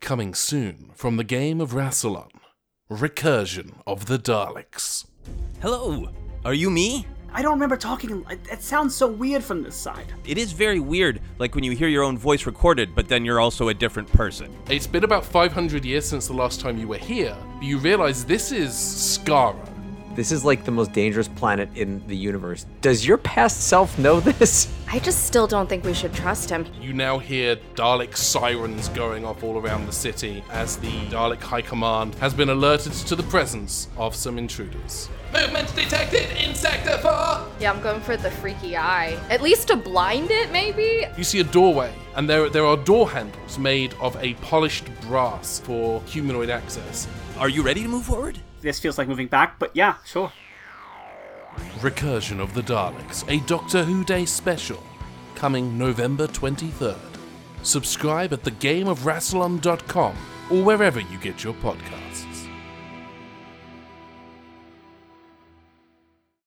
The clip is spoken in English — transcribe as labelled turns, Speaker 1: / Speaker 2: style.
Speaker 1: coming soon from the game of Rassilon Recursion of the Daleks.
Speaker 2: Hello, are you me?
Speaker 3: I don't remember talking. It, it sounds so weird from this side.
Speaker 2: It is very weird, like when you hear your own voice recorded, but then you're also a different person.
Speaker 1: It's been about 500 years since the last time you were here, but you realize this is Skara.
Speaker 4: This is like the most dangerous planet in the universe. Does your past self know this?
Speaker 5: I just still don't think we should trust him.
Speaker 1: You now hear Dalek sirens going off all around the city as the Dalek High Command has been alerted to the presence of some intruders. Movement detected in Sector 4!
Speaker 5: Yeah, I'm going for the freaky eye. At least to blind it, maybe?
Speaker 1: You see a doorway, and there, there are door handles made of a polished brass for humanoid access.
Speaker 2: Are you ready to move forward?
Speaker 3: This feels like moving back, but yeah, sure.
Speaker 1: Recursion of the Daleks, a Doctor Who Day special, coming November 23rd. Subscribe at thegameofrassilon.com or wherever you get your podcast.